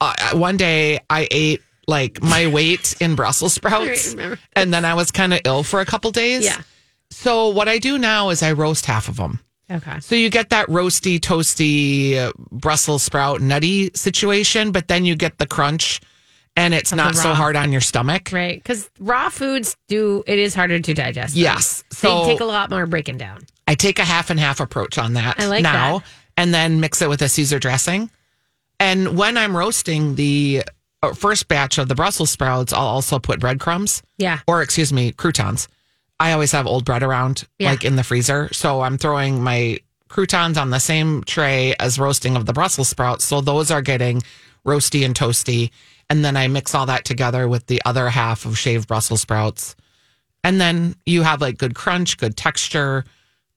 S3: uh, one day I ate like my weight in
S2: [LAUGHS]
S3: Brussels sprouts,
S2: remember.
S3: and then I was kind of ill for a couple days.
S2: Yeah.
S3: So what I do now is I roast half of them.
S2: Okay.
S3: So you get that roasty, toasty uh, Brussels sprout nutty situation, but then you get the crunch, and it's
S2: the
S3: not so
S2: raw.
S3: hard on your stomach.
S2: Right, because raw foods do it is harder to digest. them.
S3: Yes.
S2: they
S3: So
S2: take a lot more breaking down.
S3: I take a half and half approach on that
S2: I like
S3: now,
S2: that.
S3: and then mix it with a Caesar dressing. And when I'm roasting the uh, first batch of the Brussels sprouts, I'll also put breadcrumbs,
S2: Yeah,
S3: or excuse me, croutons. I always have old bread around,
S2: Yeah.
S3: like in the freezer. So I'm throwing my croutons on the same tray as roasting of the Brussels sprouts. So those are getting roasty and toasty. And then I mix all that together with the other half of shaved Brussels sprouts. And then you have like good crunch, good texture,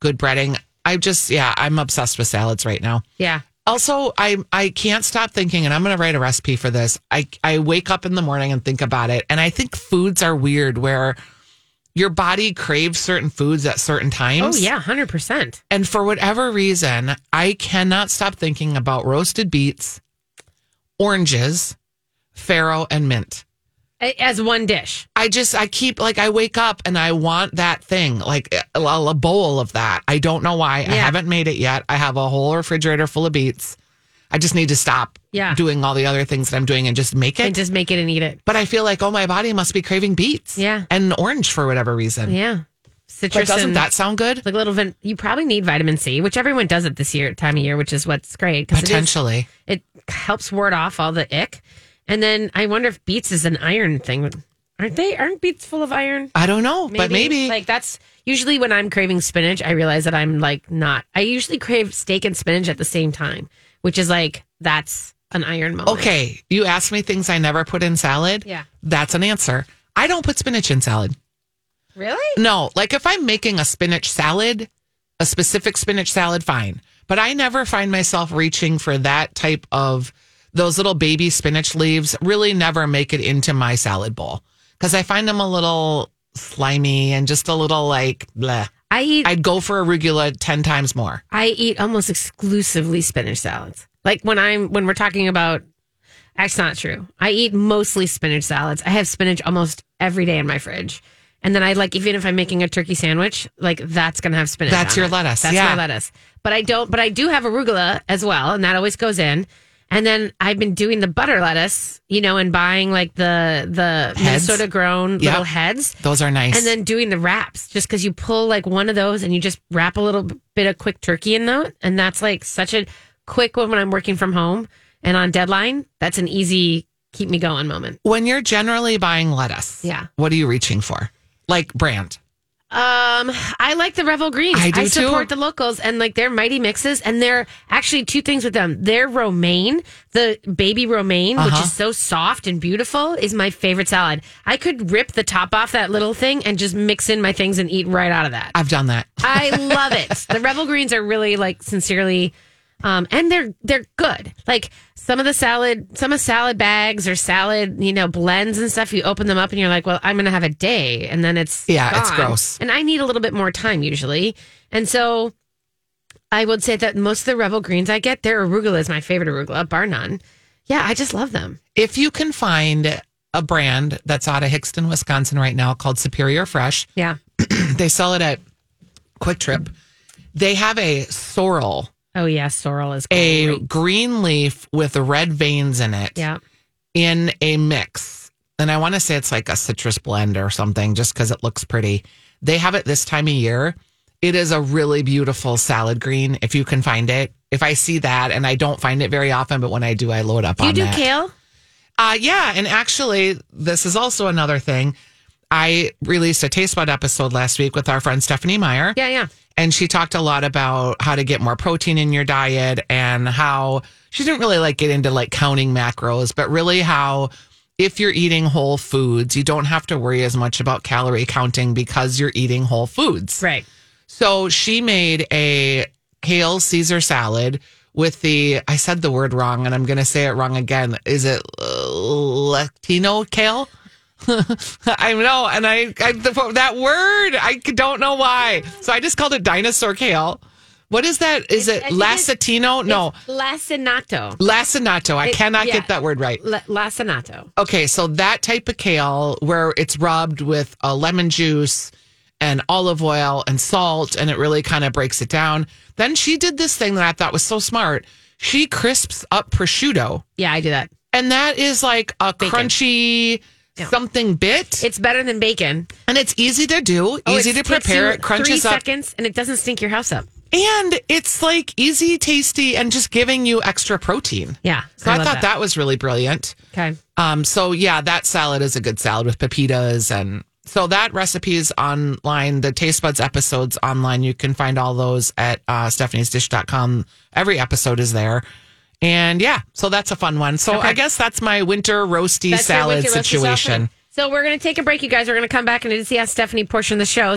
S3: good breading. I just, yeah, I'm obsessed with salads right now.
S2: yeah.
S3: Also, I I can't stop thinking, and I'm going to write a recipe for this. I I wake up in the morning and think about it, and I think foods are weird where your body craves certain foods at certain
S2: Oh
S3: times.
S2: yeah, hundred percent.
S3: And for whatever reason, I cannot stop thinking about roasted beets, oranges, farro, and mint.
S2: A- as one dish.
S3: I just I keep like I wake up and I want that thing like a, a bowl of that. I don't know why. I
S2: Yeah.
S3: haven't made it yet. I have a whole refrigerator full of beets. I just need to stop
S2: Yeah.
S3: doing all the other things that I'm doing and just make it.
S2: And just make it and eat it.
S3: but I feel like oh my body must be craving beets.
S2: Yeah.
S3: and orange for whatever reason.
S2: Yeah.
S3: But
S2: Citrus
S3: doesn't
S2: and
S3: that sound good?
S2: like a little vin- you probably need vitamin C, which everyone does at this year time of year, which is what's great. 'cause it is-
S3: Potentially.
S2: It, helps ward off all the ick. And then I wonder if beets is an iron thing. Aren't they aren't beets full of iron?
S3: I don't know, but maybe
S2: like that's usually when I'm craving spinach, I realize that I'm like not. I usually crave steak and spinach at the same time, which is like that's an iron moment.
S3: okay. You asked me things I never put in salad.
S2: Yeah.
S3: that's an answer. I don't put spinach in salad.
S2: really?
S3: No, like if I'm making a spinach salad, a specific spinach salad, fine. But I never find myself reaching for that type of those little baby spinach leaves. Really, never make it into my salad bowl because I find them a little slimy and just a little like bleh.
S2: I eat I,
S3: I'd go for arugula ten times more.
S2: eat almost exclusively spinach salads. Like when I'm when we're talking about, that's not true. I eat mostly spinach salads. I have spinach almost every day in my fridge. And then I like even if I'm making a turkey sandwich, like that's gonna have spinach.
S3: That's
S2: on
S3: your
S2: it.
S3: lettuce,
S2: That's
S3: yeah.
S2: my lettuce. But I don't. But I do have arugula as well, and that always goes in. And then I've been doing the butter lettuce, you know, and buying like the the
S3: Heads.
S2: Minnesota grown little
S3: Yep.
S2: heads.
S3: Those are nice.
S2: And then doing the wraps, just because you pull like one of those and you just wrap a little bit of quick turkey in that, and that's like such a quick one when I'm working from home and on deadline. That's an easy keep me going moment.
S3: when you're generally buying lettuce,
S2: Yeah.
S3: what are you reaching for? Like brand.
S2: Um, I like the Revel Greens.
S3: I do
S2: support
S3: too.
S2: the locals and like their mighty mixes. And they're actually two things with them. Their romaine, the baby romaine, which
S3: Uh-huh.
S2: is so soft and beautiful, is my favorite salad. I could rip the top off that little thing and just mix in my things and eat right out of that.
S3: I've done that. [LAUGHS]
S2: I love it. The Rebel Greens are really like sincerely, um, and they're they're good. Like some of the salad, some of salad bags or salad, you know, blends and stuff. You open them up and you're like, well, I'm gonna have a day, and then it's
S3: Yeah, it's
S2: gone.
S3: gross.
S2: And I need a little bit more time usually, and so I would say that most of the Rebel Greens I get, their arugula is my favorite arugula, bar none. Yeah, I just love them.
S3: if you can find a brand that's out of Hickston, Wisconsin right now called Superior Fresh, [CLEARS THROAT]
S2: Yeah.
S3: they sell it at Quick Trip. They have a sorrel,
S2: Oh yeah, sorrel is
S3: a
S2: great.
S3: green leaf with red veins in it
S2: Oh, yeah.
S3: in a mix. And I want to say it's like a citrus blend or something just because it looks pretty. They have it this time of year. It is a really beautiful salad green if you can find it. If I see that, and I don't find it very often, but when I do, I load up
S2: You
S3: on
S2: do
S3: that.
S2: kale?
S3: Uh, yeah, and actually, this is also another thing. I released a taste bud episode last week with our friend Stephanie Meyer,
S2: Yeah, yeah.
S3: and she talked a lot about how to get more protein in your diet and how she didn't really like get into like counting macros, but really how if you're eating whole foods, you don't have to worry as much about calorie counting because you're eating whole foods.
S2: Right.
S3: So she made a kale Caesar salad with the, I said the word wrong and I'm going to say it wrong again. Is it uh, Latino kale? [LAUGHS] I know. And I, I, the, that word, I don't know why. So I just called it dinosaur kale. What is that? Is it
S2: I think it's-
S3: lacetino? No,
S2: It's lacinato.
S3: lacinato. I
S2: it-
S3: cannot
S2: yeah.
S3: get that word right.
S2: La- lacinato.
S3: Okay, so that type of kale where it's rubbed with a lemon juice and olive oil and salt and it really kind of breaks it down. Then she did this thing that I thought was so smart. She crisps up prosciutto.
S2: Yeah, I do that.
S3: And that is like a
S2: Bacon.
S3: crunchy something bit.
S2: It's better than bacon.
S3: and it's easy to do,
S2: Oh,
S3: easy
S2: it
S3: to
S2: takes
S3: prepare.
S2: you
S3: It crunches
S2: three
S3: up.
S2: seconds, and it doesn't stink your house up.
S3: And it's like easy, tasty, and just giving you extra protein.
S2: Yeah,
S3: So I,
S2: love
S3: thought that was really brilliant.
S2: Okay,
S3: Um, so yeah, that salad is a good salad with pepitas and so that recipe is online. The Taste Buds episodes online. You can find all those at uh, stephaniesdish.com. Every episode is there. And yeah, so that's a fun one. So I guess that's my winter roasty
S2: That's your
S3: salad
S2: Wicked Roasty
S3: situation.
S2: Salad. So we're going to take a break, you guys. We're going to come back and it's the Ask Stephanie portion of the show,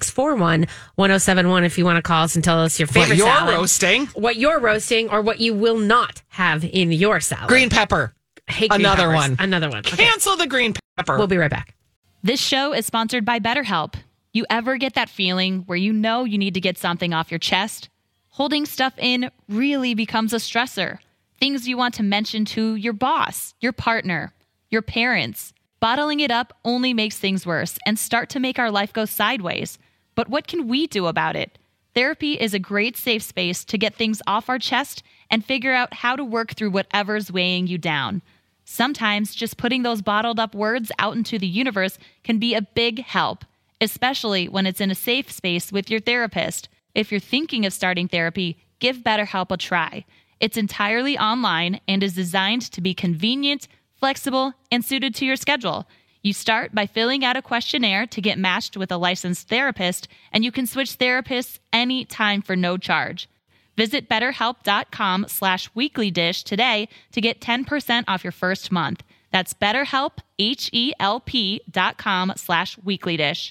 S2: 651-641-1071 if you want to call us and tell us your favorite
S3: But you're
S2: salad.
S3: roasting
S2: What you're roasting or what you will not have in your salad.
S3: green pepper.
S2: I hate green
S3: another
S2: peppers.
S3: one.
S2: Another one. Okay,
S3: Cancel the green pepper.
S2: we'll be right back.
S6: This show is sponsored by BetterHelp. You ever get that feeling where you know you need to get something off your chest? Holding stuff in really becomes a stressor. Things you want to mention to your boss, your partner, your parents, Bottling it up only makes things worse and start to make our life go sideways. But what can we do about it? Therapy is a great safe space to get things off our chest and figure out how to work through whatever's weighing you down. Sometimes just putting those bottled up words out into the universe can be a big help, especially when it's in a safe space with your therapist. If you're thinking of starting therapy, give BetterHelp a try. It's entirely online and is designed to be convenient, flexible, and suited to your schedule. You start by filling out a questionnaire to get matched with a licensed therapist, and you can switch therapists anytime for no charge. Visit betterhelp.com slash weeklydish today to get 10% off your first month. That's betterhelp, H-E-L-P dot com slash weeklydish.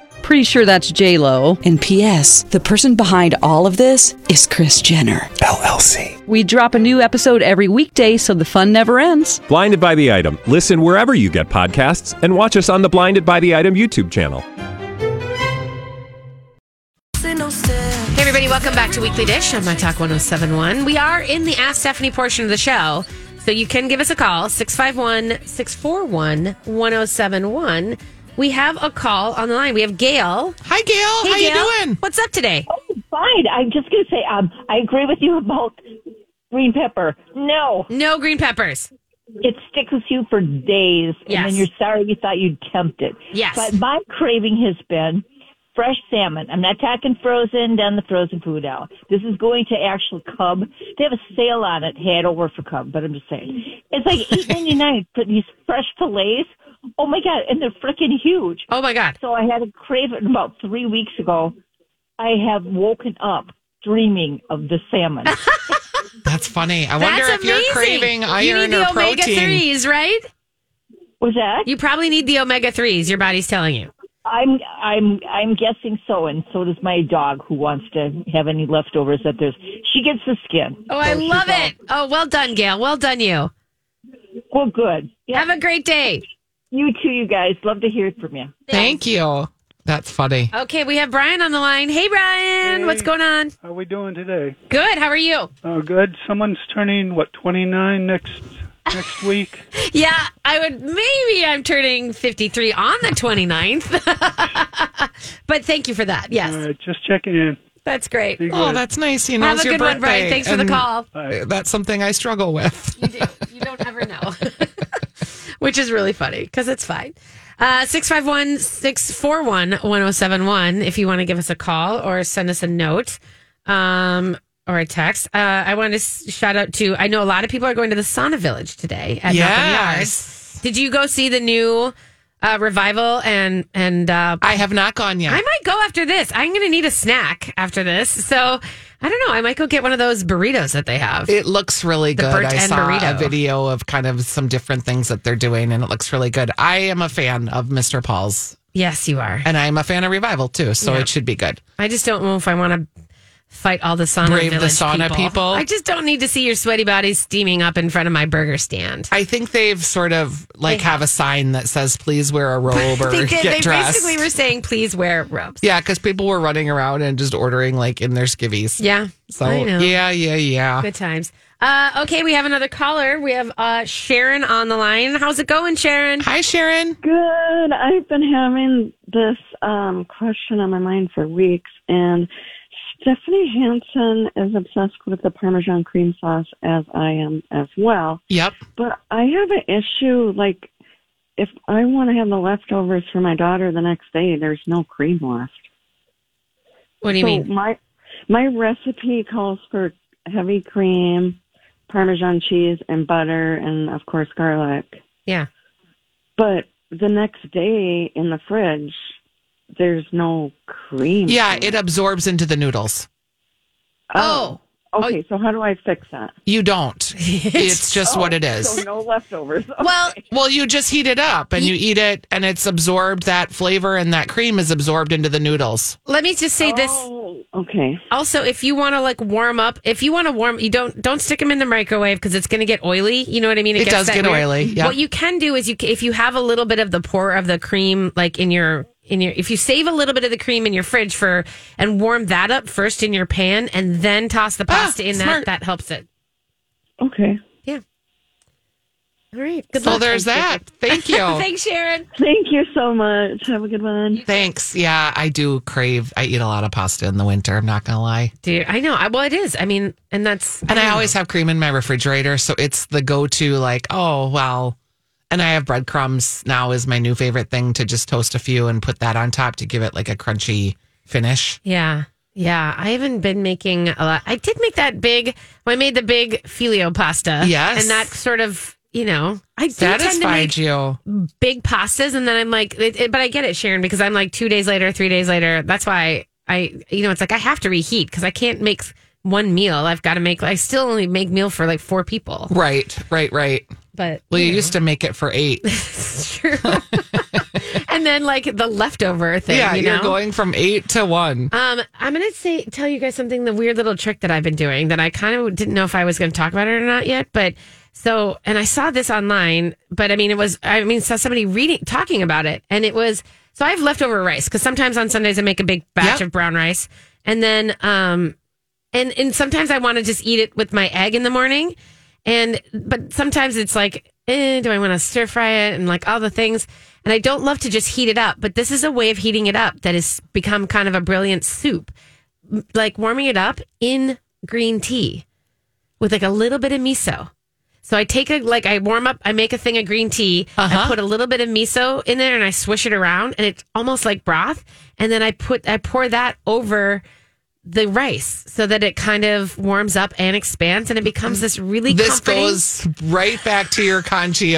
S7: Pretty sure that's J Lo.
S8: And P.S. The person behind all of this is Chris Jenner
S9: LLC.
S7: We drop a new episode every weekday, so the fun never ends.
S9: Blinded by the item. Listen wherever you get podcasts, and watch us on the Blinded by the Item YouTube channel.
S2: Hey, everybody, welcome back to Weekly Dish on My Talk 1071. We are in the Ask Stephanie portion of the show, so you can give us a call 651 641 1071. We have a call on the line. We have Gail.
S3: Hi, Gail. Oh, How
S2: Gail.
S3: you doing?
S2: What's up today?
S10: Fine. I'm just going to say, um, I agree with you about green pepper. No,
S2: No green peppers.
S10: it sticks with you for days, and
S2: Yes.
S10: then you're sorry you thought you'd tempt it.
S2: Yes.
S10: But my craving has been fresh salmon. I'm not talking frozen, done the frozen food out. This is going to actual Cub. They have a sale on it. Hey, I don't work for Cub, but I'm just saying. It's like
S2: [LAUGHS]
S10: eight ninety nine for these fresh fillets. Oh my god, and they're freaking huge.
S2: Oh, my God.
S10: So I had a craving about three weeks ago. I have woken up dreaming of the
S2: [LAUGHS]
S10: salmon.
S3: That's funny. I
S2: That's
S3: wonder if
S2: amazing.
S3: you're craving iron
S2: you need
S3: or
S2: the omega
S3: protein.
S2: 3s, right?
S10: Was that?
S2: You probably need the omega 3s, your body's telling you.
S10: I'm I'm I'm guessing so, and so does my dog who wants to have any leftovers that there's. She gets the skin.
S2: Oh, I
S10: So she's
S2: love
S10: all,
S2: it. Oh, well done, Gail. Well done, you.
S10: Well, good. Yeah,
S2: Have a great day.
S10: you too, you guys. Love to hear from you.
S3: Thank you. That's funny.
S2: Okay, we have Brian on the line. Hey, Brian. What's going on?
S11: How are we doing today?
S2: Good. How are you?
S11: Oh, good. Someone's turning what 29 next next
S10: [LAUGHS]
S11: week.
S2: Yeah, I would. Maybe I'm turning 53 on the 29th. [LAUGHS] but thank you for that.
S11: All
S2: Yes,
S11: right, Uh, just checking in.
S2: that's great.
S11: Be
S3: Oh,
S11: good.
S3: that's nice. You know,
S2: Have a
S3: it's your
S2: good one, Brian.
S3: birthday,
S2: Thanks for the
S3: and uh,
S2: call.
S11: Bye.
S3: That's something I struggle with.
S2: You, do. you don't ever know, [LAUGHS] which is really funny because it's fine. Uh, 651 641 1071 if you want to give us a call or send us a note um, or a text. Uh, I want to s- shout out to, I know a lot of people are going to the sauna village today at Malcolm Yards. Did you go see the new uh, revival and, and uh,
S3: I have not gone yet.
S2: I might go after this. I'm going to need a snack after this. So I don't know. I might go get one of those burritos that they have.
S3: It looks really
S2: The
S3: good.
S2: burnt
S3: I
S2: end
S3: saw
S2: burrito.
S3: a video of kind of some different things that they're doing, and it looks really good. I am a fan of Mr. Paul's,
S2: yes, you are.
S3: and I'm a fan of Revival too, so it should be good.
S2: I just don't know if I want to fight all the sauna
S3: Brave the
S2: village
S3: sauna people.
S2: I just don't need to see your sweaty bodies steaming up in front of my burger stand.
S3: I think they've sort of like have a sign that says, "Please wear a robe
S2: [LAUGHS]
S3: or
S2: they did.
S3: get
S2: They
S3: dressed."
S2: basically were saying, "Please wear robes."
S3: yeah, because people were running around and just ordering like in their skivvies.
S2: Yeah.
S3: So
S2: I know.
S3: yeah, yeah, yeah.
S2: Good times. Uh, okay, we have another caller. We have uh, Sharon on the line. How's it going, Sharon?
S3: Hi, Sharon.
S10: Good. I've been having this um, question on my mind for weeks, and Stephanie Hansen is obsessed with the Parmesan cream sauce as I am as well.
S3: Yep.
S10: But I have an issue, like, if I want to have the leftovers for my daughter the next day, there's no cream left.
S2: What do you
S10: so
S2: mean?
S10: my my recipe calls for heavy cream, Parmesan cheese, and butter, and of course garlic.
S2: Yeah.
S10: But the next day in the fridge, there's no cream.
S3: Yeah,
S10: in
S3: it absorbs into the noodles.
S2: Oh,
S10: Okay, so how do I fix that?
S3: You
S2: [LAUGHS]
S3: don't. It's just what it is.
S10: So no leftovers.
S2: well,
S3: Well, you just heat it up and you eat it, and it's absorbed. That flavor and that cream is absorbed into the noodles.
S2: let me just say this.
S10: Oh, Okay.
S2: Also, if you want to like warm up, if you want to warm, you don't don't stick them in the microwave because it's going to get oily. You know what I mean?
S3: It
S2: gets
S3: does
S2: that
S3: get oily, yeah.
S2: What you can do is you ca- if you have a little bit of the pour of the cream like in your in your if you save a little bit of the cream in your fridge for and warm that up first in your pan and then toss the pasta in
S3: smart.
S2: that that helps it.
S10: Okay.
S2: Yeah. All right. Good
S3: So
S2: luck.
S3: there's that. Thank you.
S2: [LAUGHS] Thanks, Sharon.
S10: Thank you so much. Have a good one.
S3: Thanks. Yeah, I do crave. I eat a lot of pasta in the winter. I'm not gonna lie.
S2: Dude, I know. I, well, it is. I mean, and that's
S3: And I always have cream in my refrigerator, so it's the go-to. Like, oh well. And I have breadcrumbs now is my new favorite thing to just toast a few and put that on top to give it like a crunchy finish.
S2: Yeah. Yeah. I haven't been making a lot. I did make that big, well, I made the big filio pasta.
S3: Yes.
S2: And that sort of, you know, I do tend to
S3: Satisfied
S2: make
S3: you.
S2: big pastas. And then I'm like, it, it- but I get it, Sharon, because I'm like two days later, three days later. That's why I, you know, it's like I have to reheat because I can't make one meal. I've got to make, I still only make meal for like four people.
S3: Right, right, right.
S2: But
S3: Well, you,
S2: know,
S3: used to make it for eight.
S2: [LAUGHS] it's true. [LAUGHS] and then like the leftover thing.
S3: yeah,
S2: you
S3: you are
S2: know?
S3: going from eight to one.
S2: Um, I'm gonna say tell you guys something the weird little trick that I've been doing that I kind of didn't know if I was gonna talk about it or not yet, but so and I saw this online, but I mean it was I mean saw somebody reading talking about it, and it was so I have leftover rice because sometimes on Sundays I make a big batch
S3: Yep.
S2: of brown rice, and then um and and sometimes I want to just eat it with my egg in the morning, and but sometimes it's like, eh, do I want to stir fry it and like all the things, and I don't love to just heat it up. But this is a way of heating it up that has become kind of a brilliant soup, M- like warming it up in green tea, with like a little bit of miso. So I take a like I warm up, I make a thing of green tea, I
S3: Uh-huh.
S2: put a little bit of miso in there, and I swish it around, and it's almost like broth. And then I put I pour that over the rice so that it kind of warms up and expands and it becomes this really
S3: This
S2: comforting.
S3: goes right back to your kanji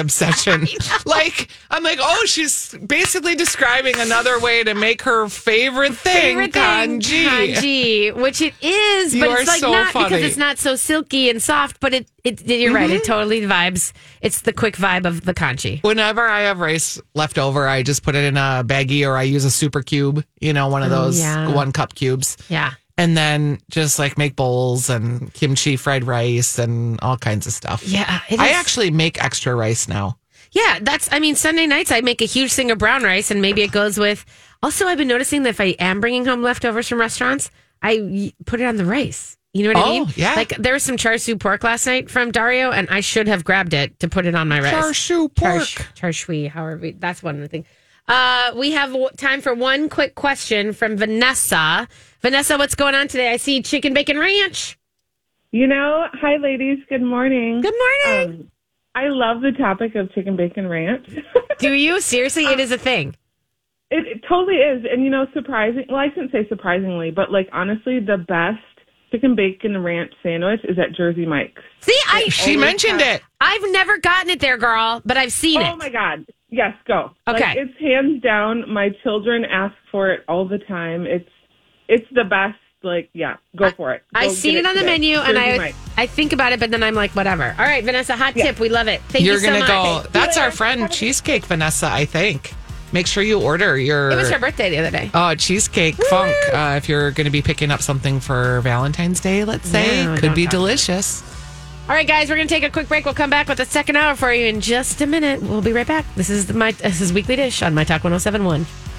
S2: [LAUGHS]
S3: obsession. like I'm like, oh, she's basically describing another way to make her favorite thing,
S2: favorite thing,
S3: kanji.
S2: kanji, which it is,
S3: You
S2: but it's
S3: are
S2: like
S3: so
S2: not because
S3: funny. Mm-hmm.
S2: it's not so silky and soft. But it, it you're right, it totally vibes. It's the quick vibe of the kanji.
S3: Whenever I have rice left over, I just put it in a baggie or I use a super cube, you know, one of those
S2: Oh, yeah.
S3: one cup cubes.
S2: Yeah,
S3: And then just like make bowls and kimchi fried rice and all kinds of stuff.
S2: yeah. It is.
S3: I actually make extra rice now.
S2: yeah. That's I mean Sunday nights I make a huge thing of brown rice and maybe it goes with. Also, I've been noticing that if I am bringing home leftovers from restaurants, I y- put it on the rice. You know what I
S3: Oh,
S2: mean?
S3: yeah.
S2: Like there was some char siu pork last night from Dario, and I should have grabbed it to put it on my rice.
S3: Char siu
S2: Char-
S3: pork.
S2: Char siu, however, that's one thing. Uh, we have w- time for one quick question from Vanessa. Vanessa, what's going on today? I see chicken bacon ranch.
S12: You know, hi ladies, good morning.
S2: Good morning.
S12: Um, I love the topic of chicken bacon ranch. [LAUGHS]
S2: Do you seriously? It is a thing.
S12: It, it totally is. And you know, surprising, well, I shouldn't say surprisingly, but like honestly, the best chicken bacon ranch sandwich is at Jersey Mike's.
S2: See, I
S3: She mentioned it.
S2: I've never gotten it there, girl, but I've seen
S12: Oh
S2: it.
S12: my God. Yes, go.
S2: Okay.
S12: Like, it's hands down. My children ask for it all the time. It's, it's the best. Like, yeah, go for it.
S2: I've
S12: Go
S2: seen
S12: get
S2: it on the
S12: today.
S2: menu, and
S12: Jersey
S2: I
S12: Mike's.
S2: I think about it, but then I'm like, whatever. All right, Vanessa, hot tip. We love it. Thank
S3: You're
S2: you so
S3: gonna
S2: much.
S3: go. That's our friend Cheesecake Vanessa. I think. Make sure you order your.
S2: It was her birthday the other day.
S3: Oh, cheesecake funk! Uh, if you're going to be picking up something for Valentine's Day, let's say,
S2: No, don't
S3: could be
S2: talk about
S3: delicious.
S2: All right, guys, we're gonna take a quick break. We'll come back with a second hour for you in just a minute. We'll be right back. This is the, my this is Weekly Dish on My Talk 1071.